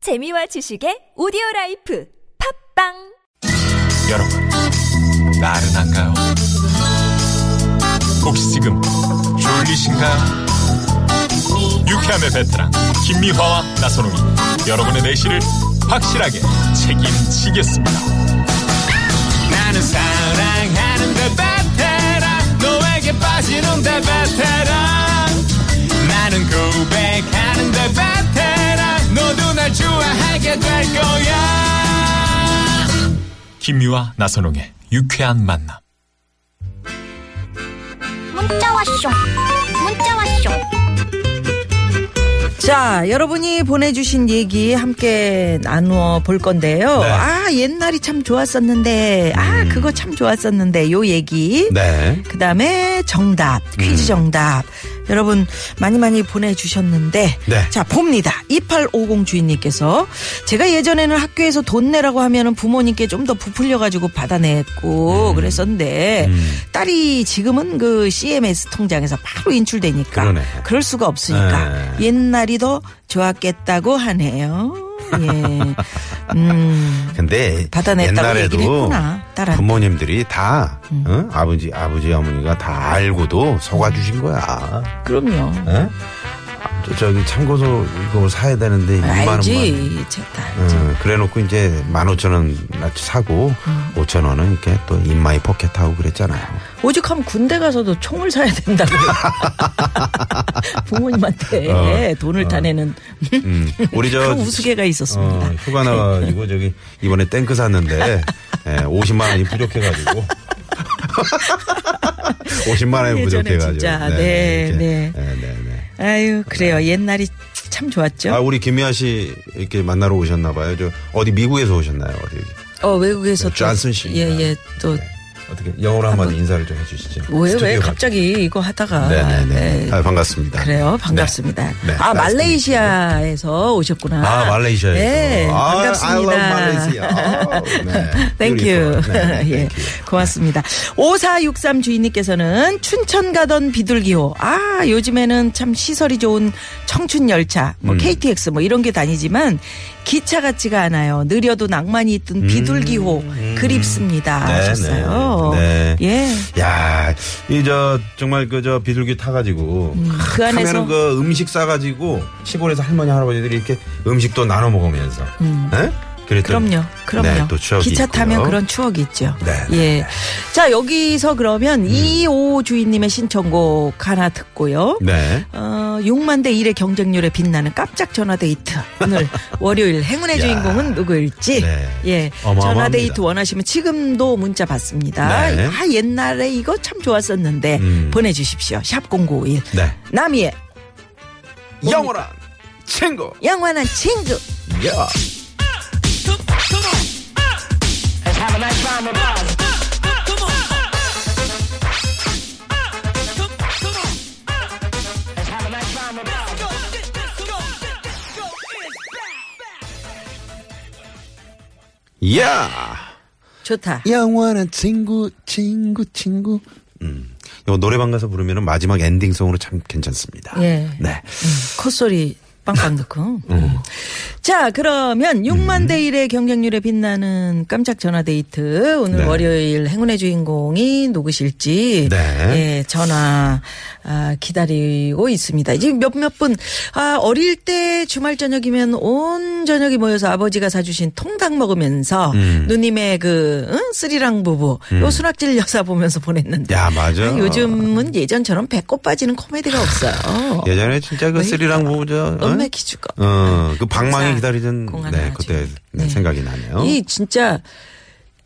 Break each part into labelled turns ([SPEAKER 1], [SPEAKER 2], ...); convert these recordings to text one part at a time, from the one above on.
[SPEAKER 1] 재미와 지식의 오디오 라이프 팝빵
[SPEAKER 2] 여러분, 나른한가요? 혹시 지금 졸리신가요? 유쾌함의 베테랑 김미화와 나선홍이 여러분의 내실을 확실하게 책임지겠습니다. 나는 사랑하는데 베테랑 너에게 빠지는데 베테랑 나는 고백하는데 베테랑 너도 날 좋아하게 될 거야. 김유와 나선홍의 유쾌한 만남.
[SPEAKER 3] 문자 왔쇼 문자 왔쇼
[SPEAKER 4] 자, 여러분이 보내주신 얘기 함께 나누어 볼 건데요.
[SPEAKER 5] 네.
[SPEAKER 4] 아, 옛날이 참 좋았었는데, 아, 그거 참 좋았었는데, 요 얘기.
[SPEAKER 5] 네.
[SPEAKER 4] 그 다음에 정답, 퀴즈
[SPEAKER 5] 음.
[SPEAKER 4] 정답. 여러분, 많이 많이 보내주셨는데.
[SPEAKER 5] 네.
[SPEAKER 4] 자, 봅니다. 2850 주인님께서. 제가 예전에는 학교에서 돈 내라고 하면은 부모님께 좀 더 부풀려가지고 받아냈고
[SPEAKER 5] 음.
[SPEAKER 4] 그랬었는데. 딸이 지금은 그 CMS 통장에서 바로 인출되니까.
[SPEAKER 5] 그러네.
[SPEAKER 4] 럴 수가 없으니까.
[SPEAKER 5] 네.
[SPEAKER 4] 옛날이 더 좋았겠다고 하네요. 예. 음.
[SPEAKER 5] 근데
[SPEAKER 4] 받아냈다고
[SPEAKER 5] 옛날에도
[SPEAKER 4] 얘기를 했구나, 딸한테. 음.
[SPEAKER 5] 부모님들이 다 어? 아버지 아버지 어머니가 다 알고도 속아 주신 거야.
[SPEAKER 4] 그럼요.
[SPEAKER 5] 어? 저, 저기 참고서 이거 사야 되는데 2만 원만.
[SPEAKER 4] 알지. 제딸.
[SPEAKER 5] 어, 그래놓고 이제 15,000원 사고
[SPEAKER 4] 음.
[SPEAKER 5] 5,000원은 이렇게 또 인마이 포켓하고 그랬잖아요.
[SPEAKER 4] 오직 하면 군대 가서도 총을 사야 된다고 부모님한테
[SPEAKER 5] 어,
[SPEAKER 4] 돈을 타내는
[SPEAKER 5] 음, 우리 저
[SPEAKER 4] 그런 우스개가 있었습니다.
[SPEAKER 5] 어, 휴가 나가지고 저기 이번에 탱크 샀는데 예, 50만 원이 부족해가지고 50만 원이
[SPEAKER 4] 예전에
[SPEAKER 5] 부족해가지고
[SPEAKER 4] 진짜, 네,
[SPEAKER 5] 이렇게.
[SPEAKER 4] 네.
[SPEAKER 5] 네, 네,
[SPEAKER 4] 아유 그래요 옛날이 참
[SPEAKER 5] 네. 아
[SPEAKER 4] 좋았죠.
[SPEAKER 5] 우리 김미아 씨 이렇게 만나러 오셨나 봐요. 저 어디 미국에서 오셨나요? 어디
[SPEAKER 4] 어 외국에서
[SPEAKER 5] 네, 존슨 씨인가?
[SPEAKER 4] 예예 또뭐
[SPEAKER 5] 어떻게 영어로 한마디 인사를 좀 해주시죠.
[SPEAKER 4] 왜 왜
[SPEAKER 5] 스튜디오
[SPEAKER 4] 갑자기 이거 하다가
[SPEAKER 5] 네네네.
[SPEAKER 4] 네.
[SPEAKER 5] 아, 반갑습니다.
[SPEAKER 4] 그래요 반갑습니다.
[SPEAKER 5] 네,
[SPEAKER 4] 아
[SPEAKER 5] 맞습니다.
[SPEAKER 4] 말레이시아에,서 오셨구나.
[SPEAKER 5] 아, 말레이시아에서.
[SPEAKER 4] 네
[SPEAKER 5] 아, I love
[SPEAKER 4] 반갑습니다.
[SPEAKER 5] Malaysia. 아우, 네.
[SPEAKER 4] Thank you.
[SPEAKER 5] Beautiful. 네, 네,
[SPEAKER 4] 예.
[SPEAKER 5] thank you.
[SPEAKER 4] 고맙습니다. 5463 주인님께서는 춘천 가던 비둘기호. 아, 요즘에는 참 시설이 좋은 청춘 열차,
[SPEAKER 5] 음.
[SPEAKER 4] 뭐 KTX 뭐 이런 게 다니지만 기차 같지가 않아요. 느려도 낭만이 있던 비둘기호 그립습니다.
[SPEAKER 5] 음. 네,
[SPEAKER 4] 하셨어요.
[SPEAKER 5] 네.
[SPEAKER 4] 예.
[SPEAKER 5] 야, 이 저 정말 그 저 비둘기 타가지고
[SPEAKER 4] 그
[SPEAKER 5] 하
[SPEAKER 4] 안에서-
[SPEAKER 5] 면은그 음식 싸가지고 시골에서 할머니 할아버지들이 이렇게 음식도 나눠 먹으면서, 예? 그랬더니
[SPEAKER 4] 음. 그럼요. 그럼요.
[SPEAKER 5] 네, 또 추억이
[SPEAKER 4] 기차
[SPEAKER 5] 있고요.
[SPEAKER 4] 타면 그런 추억이 있죠.
[SPEAKER 5] 네, 네, 음.
[SPEAKER 4] 예. 자, 여기서 그러면 255 주인님의 신청곡 하나 듣고요.
[SPEAKER 5] 네.
[SPEAKER 4] 어, 6만 대 1의 경쟁률에 빛나는 깜짝 전화 데이트. 오늘 월요일 행운의
[SPEAKER 5] 야.
[SPEAKER 4] 주인공은 누구일지.
[SPEAKER 5] 네.
[SPEAKER 4] 예.
[SPEAKER 5] 어마어마합니다.
[SPEAKER 4] 전화 데이트 원하시면 지금도 문자 받습니다.
[SPEAKER 5] 네.
[SPEAKER 4] 아, 옛날에 이거 참 좋았었는데
[SPEAKER 5] 음.
[SPEAKER 4] 보내 주십시오. 샵 0951.
[SPEAKER 5] 네.
[SPEAKER 4] 남이의 뭐,
[SPEAKER 5] 영원한 친구.
[SPEAKER 4] 영원한 친구.
[SPEAKER 5] 야. 야.
[SPEAKER 4] 좋다.
[SPEAKER 5] 영원한 친구, 친구, 친구. 음. 이거 노래방 가서 부르면 마지막 엔딩송으로 참 괜찮습니다.
[SPEAKER 4] 예.
[SPEAKER 5] 네.
[SPEAKER 4] 콧소리 빵빵
[SPEAKER 5] 음.
[SPEAKER 4] 넣고. 자, 그러면 6만 대 1의 경쟁률에 빛나는 깜짝 전화 데이트. 오늘
[SPEAKER 5] 네.
[SPEAKER 4] 월요일 행운의 주인공이 누구실지.
[SPEAKER 5] 네.
[SPEAKER 4] 예, 전화, 아, 기다리고 있습니다. 지금 몇몇 분, 아, 어릴 때 주말 저녁이면 온 저녁이 모여서 아버지가 사주신 통닭 먹으면서
[SPEAKER 5] 음.
[SPEAKER 4] 누님의 그, 응? 스리랑 부부, 요 수락질 여사 보면서 보냈는데.
[SPEAKER 5] 야, 맞아.
[SPEAKER 4] 아, 요즘은 예전처럼 배꼽 빠지는 코미디가 없어요.
[SPEAKER 5] 예전에 진짜 그
[SPEAKER 4] 왜
[SPEAKER 5] 쓰리랑 보죠.
[SPEAKER 4] 엄마 기죽어.
[SPEAKER 5] 어, 그 방망이
[SPEAKER 4] 공사,
[SPEAKER 5] 기다리던
[SPEAKER 4] 공 하나
[SPEAKER 5] 네, 그때
[SPEAKER 4] 지금.
[SPEAKER 5] 네,
[SPEAKER 4] 네.
[SPEAKER 5] 생각이 나네요.
[SPEAKER 4] 이 진짜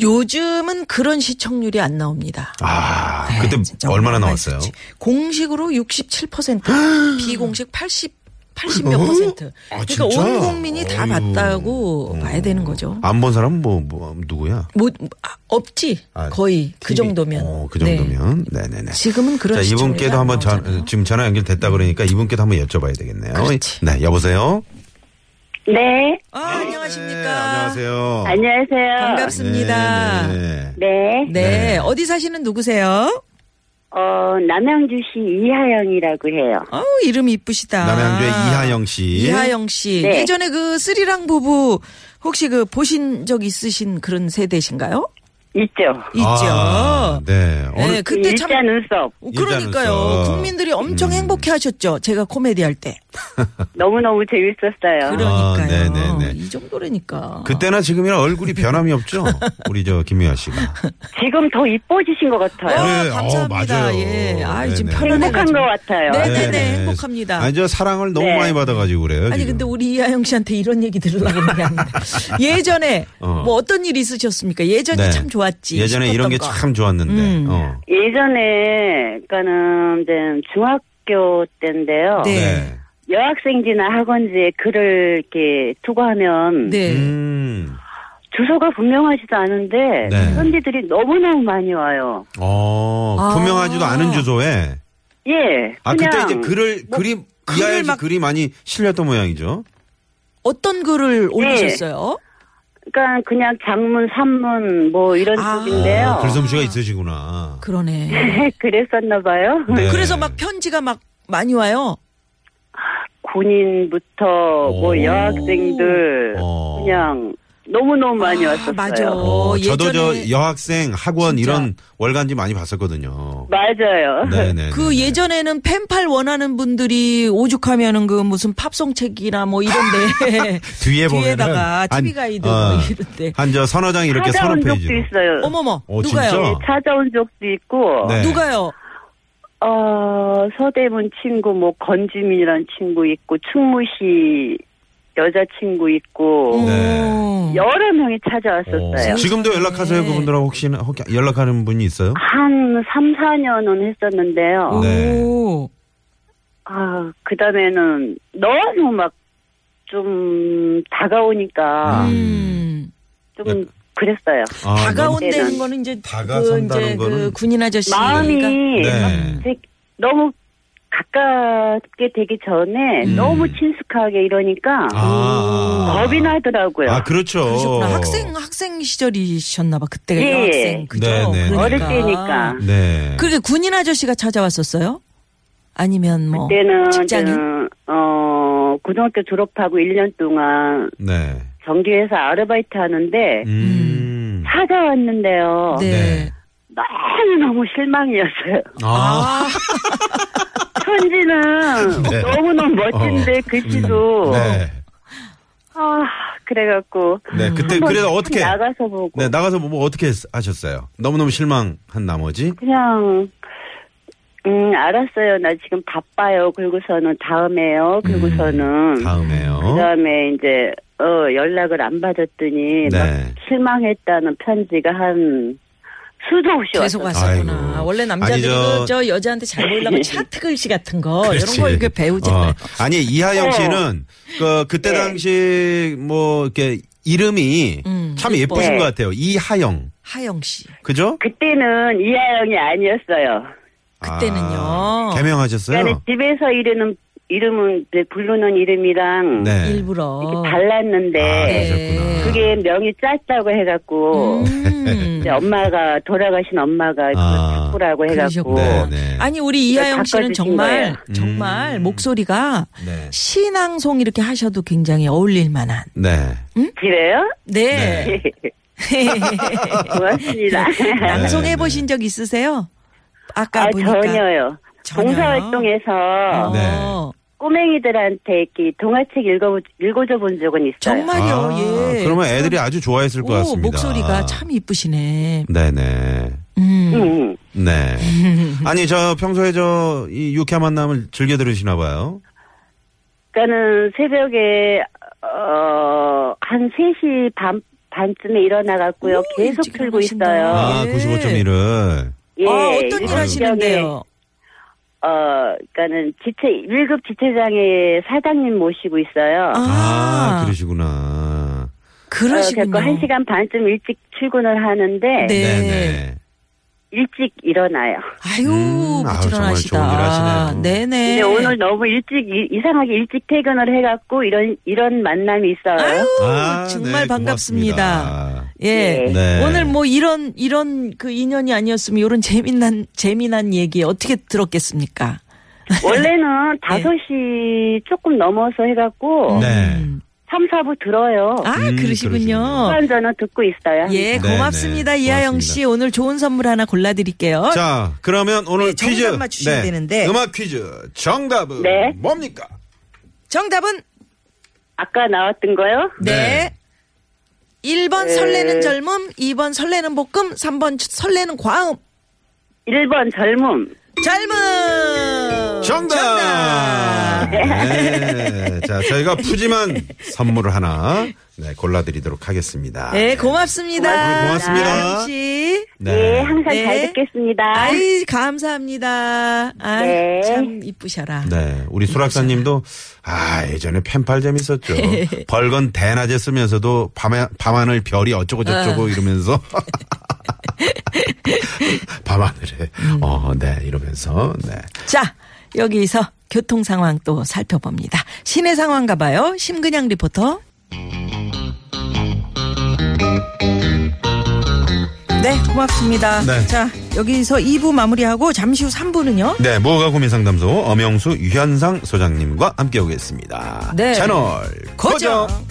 [SPEAKER 4] 요즘은 그런 시청률이 안 나옵니다.
[SPEAKER 5] 아,
[SPEAKER 4] 네,
[SPEAKER 5] 그때
[SPEAKER 4] 진짜
[SPEAKER 5] 얼마나
[SPEAKER 4] 엄마가
[SPEAKER 5] 나왔어요?
[SPEAKER 4] 있었지. 공식으로 67% 비공식 80 80몇 퍼센트.
[SPEAKER 5] 아,
[SPEAKER 4] 그러니까
[SPEAKER 5] 진짜? 음.
[SPEAKER 4] 온 국민이 다
[SPEAKER 5] 어이구.
[SPEAKER 4] 봤다고 봐야 되는 거죠.
[SPEAKER 5] 안 본 사람 뭐, 뭐 누구야?
[SPEAKER 4] 뭐 아, 없지
[SPEAKER 5] 아,
[SPEAKER 4] 거의 그
[SPEAKER 5] TV.
[SPEAKER 4] 정도면.
[SPEAKER 5] 어, 그
[SPEAKER 4] 네.
[SPEAKER 5] 정도면. 네, 네, 네.
[SPEAKER 4] 지금은 그런
[SPEAKER 5] 자,
[SPEAKER 4] 시청률이
[SPEAKER 5] 이분께도
[SPEAKER 4] 안
[SPEAKER 5] 한번
[SPEAKER 4] 나오잖아요.
[SPEAKER 5] 전, 지금 전화 연결됐다 그러니까 이분께도 한번 여쭤봐야 되겠네요.
[SPEAKER 4] 그렇지.
[SPEAKER 5] 네, 여보세요?
[SPEAKER 6] 네,
[SPEAKER 4] 아, 안녕하십니까.
[SPEAKER 5] 네, 안녕하세요.
[SPEAKER 6] 안녕하세요.
[SPEAKER 4] 반갑습니다.
[SPEAKER 5] 네, 네.
[SPEAKER 6] 네,
[SPEAKER 4] 네, 어디 사시는 누구세요?
[SPEAKER 6] 어, 남양주시 이하영이라고 해요.
[SPEAKER 4] 아우 이름 이쁘시다.
[SPEAKER 5] 남양주의 이하영 씨.
[SPEAKER 4] 아, 이하영 씨.
[SPEAKER 6] 네.
[SPEAKER 4] 예전에 그 스리랑 부부 혹시 그 보신 적 있으신 그런 세대신가요?
[SPEAKER 6] 있죠?
[SPEAKER 4] 있죠.
[SPEAKER 5] 아, 네. 어느-
[SPEAKER 4] 네, 그때 참
[SPEAKER 6] 일자 눈썹.
[SPEAKER 4] 어,
[SPEAKER 5] 일자
[SPEAKER 4] 그러니까요.
[SPEAKER 5] 눈썹.
[SPEAKER 4] 국민들이 엄청
[SPEAKER 5] 음.
[SPEAKER 4] 행복해하셨죠. 제가 코미디 할 때.
[SPEAKER 6] 너무너무 재밌었어요.
[SPEAKER 4] 그러니까요.
[SPEAKER 5] 아, 네네네.
[SPEAKER 4] 이 정도라니까.
[SPEAKER 5] 그때나 지금이나 얼굴이 변함이 없죠. 우리 저 김미아 씨가.
[SPEAKER 6] 지금 더 이뻐지신 것 같아요.
[SPEAKER 4] 아,
[SPEAKER 5] 네,
[SPEAKER 4] 감사합니다.
[SPEAKER 5] 어, 맞아요.
[SPEAKER 4] 예. 아, 지금
[SPEAKER 5] 네네.
[SPEAKER 4] 편안해.
[SPEAKER 6] 행복한 것 같아요.
[SPEAKER 4] 네. 네네, 행복합니다.
[SPEAKER 5] 아니 저 사랑을 너무
[SPEAKER 6] 네.
[SPEAKER 5] 많이 받아가지고 그래요.
[SPEAKER 4] 아니
[SPEAKER 5] 지금.
[SPEAKER 4] 근데 우리 이하영 씨한테 이런 얘기 들으려고 그런 게 아닌데 예전에
[SPEAKER 5] 어.
[SPEAKER 4] 뭐 어떤 일 있으셨습니까? 예전이
[SPEAKER 5] 네.
[SPEAKER 4] 참 좋았지.
[SPEAKER 5] 예전에 이런 게
[SPEAKER 4] 싶었던 거.
[SPEAKER 5] 참 좋았는데.
[SPEAKER 4] 음.
[SPEAKER 5] 어.
[SPEAKER 6] 예전에, 그니까는, 이제 중학교 때인데요.
[SPEAKER 4] 네.
[SPEAKER 6] 여학생지나 학원지에 글을 이렇게 두고 하면
[SPEAKER 4] 네.
[SPEAKER 5] 음.
[SPEAKER 6] 주소가 분명하지도 않은데
[SPEAKER 5] 네.
[SPEAKER 6] 편지들이 너무너무 많이 와요.
[SPEAKER 5] 어.
[SPEAKER 4] 아.
[SPEAKER 5] 분명하지도 않은 주소에.
[SPEAKER 6] 예.
[SPEAKER 5] 아
[SPEAKER 6] 그냥
[SPEAKER 5] 그때
[SPEAKER 6] 뭐
[SPEAKER 5] 이제 글을 그림 이하영 씨
[SPEAKER 4] 막-
[SPEAKER 5] 글이 많이 실렸던 모양이죠.
[SPEAKER 4] 어떤
[SPEAKER 5] 네.
[SPEAKER 4] 글을 올리셨어요?
[SPEAKER 6] 그러니까 그냥 장문, 산문 뭐 이런
[SPEAKER 4] 아.
[SPEAKER 6] 쪽인데요.
[SPEAKER 5] 어, 글솜씨가 있으시구나.
[SPEAKER 4] 그러네.
[SPEAKER 6] 그랬었나 봐요.
[SPEAKER 5] 네.
[SPEAKER 4] 그래서 막 편지가 막 많이 와요.
[SPEAKER 6] 군인부터
[SPEAKER 5] 오.
[SPEAKER 6] 뭐 여학생들
[SPEAKER 5] 어.
[SPEAKER 6] 그냥 너무너무 많이 왔었어요.
[SPEAKER 4] 맞아.
[SPEAKER 5] 어, 저도
[SPEAKER 4] 예전에
[SPEAKER 5] 저 여학생 학원
[SPEAKER 4] 진짜.
[SPEAKER 5] 이런 월간지 많이 봤었거든요.
[SPEAKER 6] 맞아요.
[SPEAKER 5] 네네.
[SPEAKER 4] 그 예전에는 팬팔 원하는 분들이 오죽하면은 그 무슨 팝송 책이나 뭐 이런데
[SPEAKER 5] 뒤에 보면은
[SPEAKER 4] 뒤에다가
[SPEAKER 5] 한-
[SPEAKER 4] TV 가이드
[SPEAKER 5] 어,
[SPEAKER 4] 뭐 이런데
[SPEAKER 5] 한저 서너 장 이렇게 서너
[SPEAKER 6] 찾아온
[SPEAKER 5] 페이지.
[SPEAKER 6] 적도 있어요. 네,
[SPEAKER 4] 어머머
[SPEAKER 5] 어,
[SPEAKER 4] 누가요?
[SPEAKER 5] 진짜?
[SPEAKER 6] 찾아온 적도 있고
[SPEAKER 5] 네.
[SPEAKER 4] 누가요?
[SPEAKER 6] 어 서대문 친구 뭐 건지민이라는 친구 있고 충무시 여자친구 있고
[SPEAKER 5] 네.
[SPEAKER 4] 어.
[SPEAKER 6] 여러 명이 찾아왔었어요.
[SPEAKER 5] 지금도
[SPEAKER 4] 네.
[SPEAKER 5] 연락하세요 그분들하고 혹시 혹시 연락하는 분이 있어요?
[SPEAKER 6] 한 3, 4년은 했었는데요.
[SPEAKER 5] 네.
[SPEAKER 4] 오.
[SPEAKER 6] 아, 그 다음에는 너무 막 좀 다가오니까
[SPEAKER 4] 음.
[SPEAKER 6] 좀 그랬어요.
[SPEAKER 5] 아, 너무-
[SPEAKER 4] 다가온다는
[SPEAKER 6] 너는-
[SPEAKER 4] 거는 이제 그
[SPEAKER 5] 다가선다는
[SPEAKER 4] 이제 그
[SPEAKER 5] 거는
[SPEAKER 4] 군인 아저씨
[SPEAKER 6] 마음이
[SPEAKER 4] 그러니까?
[SPEAKER 5] 네.
[SPEAKER 6] 제- 너무 가깝게 되기 전에
[SPEAKER 5] 음.
[SPEAKER 6] 너무 친숙하게 이러니까
[SPEAKER 5] 아.
[SPEAKER 6] 겁이 나더라고요.
[SPEAKER 5] 아 그렇죠.
[SPEAKER 4] 그러셨구나. 학생 학생 시절이셨나봐 그때가
[SPEAKER 6] 예.
[SPEAKER 4] 여학생 그죠? 그러니까.
[SPEAKER 5] 네, 네, 네.
[SPEAKER 6] 어릴 때니까.
[SPEAKER 5] 네.
[SPEAKER 4] 그렇게 군인 아저씨가 찾아왔었어요? 아니면 뭐
[SPEAKER 6] 그때는
[SPEAKER 4] 직장인?
[SPEAKER 6] 저는, 어 고등학교 졸업하고 1년 동안
[SPEAKER 5] 네.
[SPEAKER 6] 정규회사 아르바이트 하는데
[SPEAKER 5] 음.
[SPEAKER 6] 찾아왔는데요.
[SPEAKER 4] 네.
[SPEAKER 5] 네.
[SPEAKER 6] 너무 너무 실망이었어요.
[SPEAKER 5] 아.
[SPEAKER 6] 천지는
[SPEAKER 5] 네. 어,
[SPEAKER 6] 너무 너무 멋진데 글씨도
[SPEAKER 5] 네.
[SPEAKER 6] 아 그래갖고
[SPEAKER 5] 네. 그때
[SPEAKER 6] 한번
[SPEAKER 5] 그래서 어떻게
[SPEAKER 6] 나가서 보고
[SPEAKER 5] 네, 나가서 뭐 어떻게 했- 하셨어요? 너무너무 실망한 나머지
[SPEAKER 6] 그냥 음 알았어요 나 지금 바빠요 그리고서는 다음에요 그리고서는
[SPEAKER 5] 다음에요.
[SPEAKER 4] 네.
[SPEAKER 6] 그다음에 이제 어 연락을 안 받았더니
[SPEAKER 5] 네.
[SPEAKER 6] 막 실망했다는 편지가 한 수도 없이
[SPEAKER 4] 계속
[SPEAKER 6] 왔어요.
[SPEAKER 4] 왔었구나.
[SPEAKER 5] 아이고.
[SPEAKER 4] 원래 남자들이
[SPEAKER 5] 아니,
[SPEAKER 4] 그
[SPEAKER 5] 저-
[SPEAKER 4] 저... 여자한테 잘 보이려면 차트 글씨 같은 거 이런 거
[SPEAKER 5] 그렇지.
[SPEAKER 4] 이렇게 배우잖아요. 네.
[SPEAKER 5] 어. 아니 이하영
[SPEAKER 6] 어.
[SPEAKER 5] 씨는 그 그때
[SPEAKER 6] 네.
[SPEAKER 5] 당시 뭐 이렇게 이름이
[SPEAKER 4] 음,
[SPEAKER 5] 참
[SPEAKER 4] 예뻐.
[SPEAKER 5] 예쁘신
[SPEAKER 6] 네.
[SPEAKER 5] 것 같아요. 이하영.
[SPEAKER 4] 하영 씨
[SPEAKER 5] 그죠?
[SPEAKER 6] 그때는 이하영이 아니었어요.
[SPEAKER 4] 그때는요.
[SPEAKER 5] 아, 개명하셨어요?
[SPEAKER 6] 그러니까 집에서 이르는 이름은 이제 부르는 이름이랑
[SPEAKER 5] 네.
[SPEAKER 4] 일부러
[SPEAKER 6] 이렇게 달랐는데
[SPEAKER 5] 아,
[SPEAKER 4] 어. 네.
[SPEAKER 5] 그러셨구나.
[SPEAKER 6] 그게 명이 짧다고 해갖고
[SPEAKER 4] 음.
[SPEAKER 6] 이제 엄마가 돌아가신 엄마가
[SPEAKER 5] 아,
[SPEAKER 6] 자꾸라고 해갖고
[SPEAKER 4] 그러셨구나.
[SPEAKER 5] 네, 네.
[SPEAKER 4] 아니 우리 이하영 씨는
[SPEAKER 6] 바꿔주신
[SPEAKER 4] 정말
[SPEAKER 6] 거예요.
[SPEAKER 4] 정말
[SPEAKER 5] 음.
[SPEAKER 4] 목소리가
[SPEAKER 5] 네.
[SPEAKER 4] 신앙송 이렇게 하셔도 굉장히 어울릴 만한.
[SPEAKER 5] 네.
[SPEAKER 6] 그래요?
[SPEAKER 4] 네.
[SPEAKER 6] 고맙습니다.
[SPEAKER 5] 네,
[SPEAKER 4] 방송해 보신 적 있으세요? 아까
[SPEAKER 6] 아
[SPEAKER 4] 보니까
[SPEAKER 6] 전혀요.
[SPEAKER 4] 전혀요?
[SPEAKER 6] 봉사활동에서
[SPEAKER 4] 어,
[SPEAKER 5] 네.
[SPEAKER 6] 꼬맹이들한테 이렇게 동화책 읽어 읽어줘 본 적은 있어요.
[SPEAKER 4] 정말요.
[SPEAKER 5] 아,
[SPEAKER 4] 예.
[SPEAKER 5] 그러면 애들이 아주 좋아했을 것
[SPEAKER 4] 오,
[SPEAKER 5] 같습니다.
[SPEAKER 4] 목소리가 참 이쁘시네.
[SPEAKER 5] 네네.
[SPEAKER 4] 음.
[SPEAKER 6] 음.
[SPEAKER 5] 네. 아니 저 평소에 저 이 유쾌한 만남을 즐겨 들으시나 봐요.
[SPEAKER 6] 그러니까는 새벽에 어한 3시 반 반쯤에 일어나 갖고요.
[SPEAKER 4] 오,
[SPEAKER 6] 계속
[SPEAKER 4] 일찍
[SPEAKER 6] 틀고
[SPEAKER 4] 일어나신다.
[SPEAKER 6] 있어요.
[SPEAKER 5] 아,
[SPEAKER 4] 예.
[SPEAKER 5] 95.1을.
[SPEAKER 6] 예.
[SPEAKER 4] 아, 어떤 일
[SPEAKER 6] 일곱 시경에,
[SPEAKER 4] 하시는데요?
[SPEAKER 6] 어, 그러니까는 지체 1급 지체장에 사장님 모시고 있어요.
[SPEAKER 5] 아,
[SPEAKER 4] 아,
[SPEAKER 5] 그러시구나.
[SPEAKER 4] 그러시군요.
[SPEAKER 6] 한 시간 반쯤 일찍 출근을 하는데
[SPEAKER 4] 네.
[SPEAKER 5] 네네.
[SPEAKER 6] 일찍 일어나요.
[SPEAKER 4] 아유,
[SPEAKER 5] 음, 아유,
[SPEAKER 4] 부지런하시다.
[SPEAKER 5] 정말 좋은 일 하시네요.
[SPEAKER 4] 네네.
[SPEAKER 6] 근데 오늘 너무 일찍 이- 이상하게 일찍 퇴근을 해갖고 이런 이런 만남이 있어요.
[SPEAKER 4] 아유,
[SPEAKER 5] 아,
[SPEAKER 4] 정말
[SPEAKER 5] 네,
[SPEAKER 4] 반갑습니다.
[SPEAKER 5] 고맙습니다.
[SPEAKER 4] 예.
[SPEAKER 6] 네.
[SPEAKER 5] 네.
[SPEAKER 4] 오늘 뭐 이런 이런 그 인연이 아니었으면 이런 재미난 재미난 얘기 어떻게 들었겠습니까?
[SPEAKER 6] 원래는
[SPEAKER 4] 네.
[SPEAKER 6] 다섯 시 조금 넘어서
[SPEAKER 4] 음.
[SPEAKER 6] 해갖고
[SPEAKER 5] 네.
[SPEAKER 6] 삼사부 들어요.
[SPEAKER 4] 아 그러시군요.
[SPEAKER 5] 음, 그러시군요.
[SPEAKER 6] 시간 전에 듣고 있어요.
[SPEAKER 4] 예,
[SPEAKER 5] 네,
[SPEAKER 4] 고맙습니다.
[SPEAKER 5] 네,
[SPEAKER 4] 이하영
[SPEAKER 5] 고맙습니다.
[SPEAKER 4] 씨 오늘 좋은 선물 하나 골라 드릴게요.
[SPEAKER 5] 자, 그러면
[SPEAKER 4] 어, 네,
[SPEAKER 5] 오늘
[SPEAKER 4] 정답
[SPEAKER 5] 퀴즈.
[SPEAKER 4] 맞추셔야 되는데.
[SPEAKER 5] 음악 퀴즈. 정답은
[SPEAKER 6] 네.
[SPEAKER 5] 뭡니까?
[SPEAKER 4] 정답은
[SPEAKER 6] 아까 나왔던 거요?
[SPEAKER 4] 네.
[SPEAKER 5] 네.
[SPEAKER 4] 1번
[SPEAKER 6] 네.
[SPEAKER 4] 설레는 젊음, 2번 설레는 볶음, 3번 설레는 과음.
[SPEAKER 6] 1번 젊음.
[SPEAKER 4] 젊음.
[SPEAKER 5] 정답! 네. 자, 저희가 푸짐한 선물을 하나 네, 골라드리도록 하겠습니다.
[SPEAKER 4] 네, 고맙습니다.
[SPEAKER 5] 오늘 아, 고맙습니다.
[SPEAKER 4] 이하영 씨.
[SPEAKER 6] 예,
[SPEAKER 5] 네.
[SPEAKER 6] 항상
[SPEAKER 4] 네.
[SPEAKER 6] 잘 듣겠습니다.
[SPEAKER 4] 아이 감사합니다. 아,
[SPEAKER 6] 네.
[SPEAKER 4] 참 이쁘셔라.
[SPEAKER 5] 네, 우리 수락사님도 아 예전에 펜팔 재밌었죠. 벌건 대낮에 쓰면서도 밤에 밤하늘 별이 어쩌고 저쩌고 이러면서 밤하늘에 어네 이러면서 네
[SPEAKER 4] 자, 여기서 교통 상황 또 살펴봅니다. 시내 상황 가봐요. 심근양 리포터. 네, 고맙습니다.
[SPEAKER 5] 네.
[SPEAKER 4] 자, 여기서 2부 마무리하고 잠시 후 3부는요.
[SPEAKER 5] 네, 무허가 고민 상담소 엄영수 유현상 소장님과 함께 오겠습니다.
[SPEAKER 4] 네.
[SPEAKER 5] 채널 고정.
[SPEAKER 4] 고정.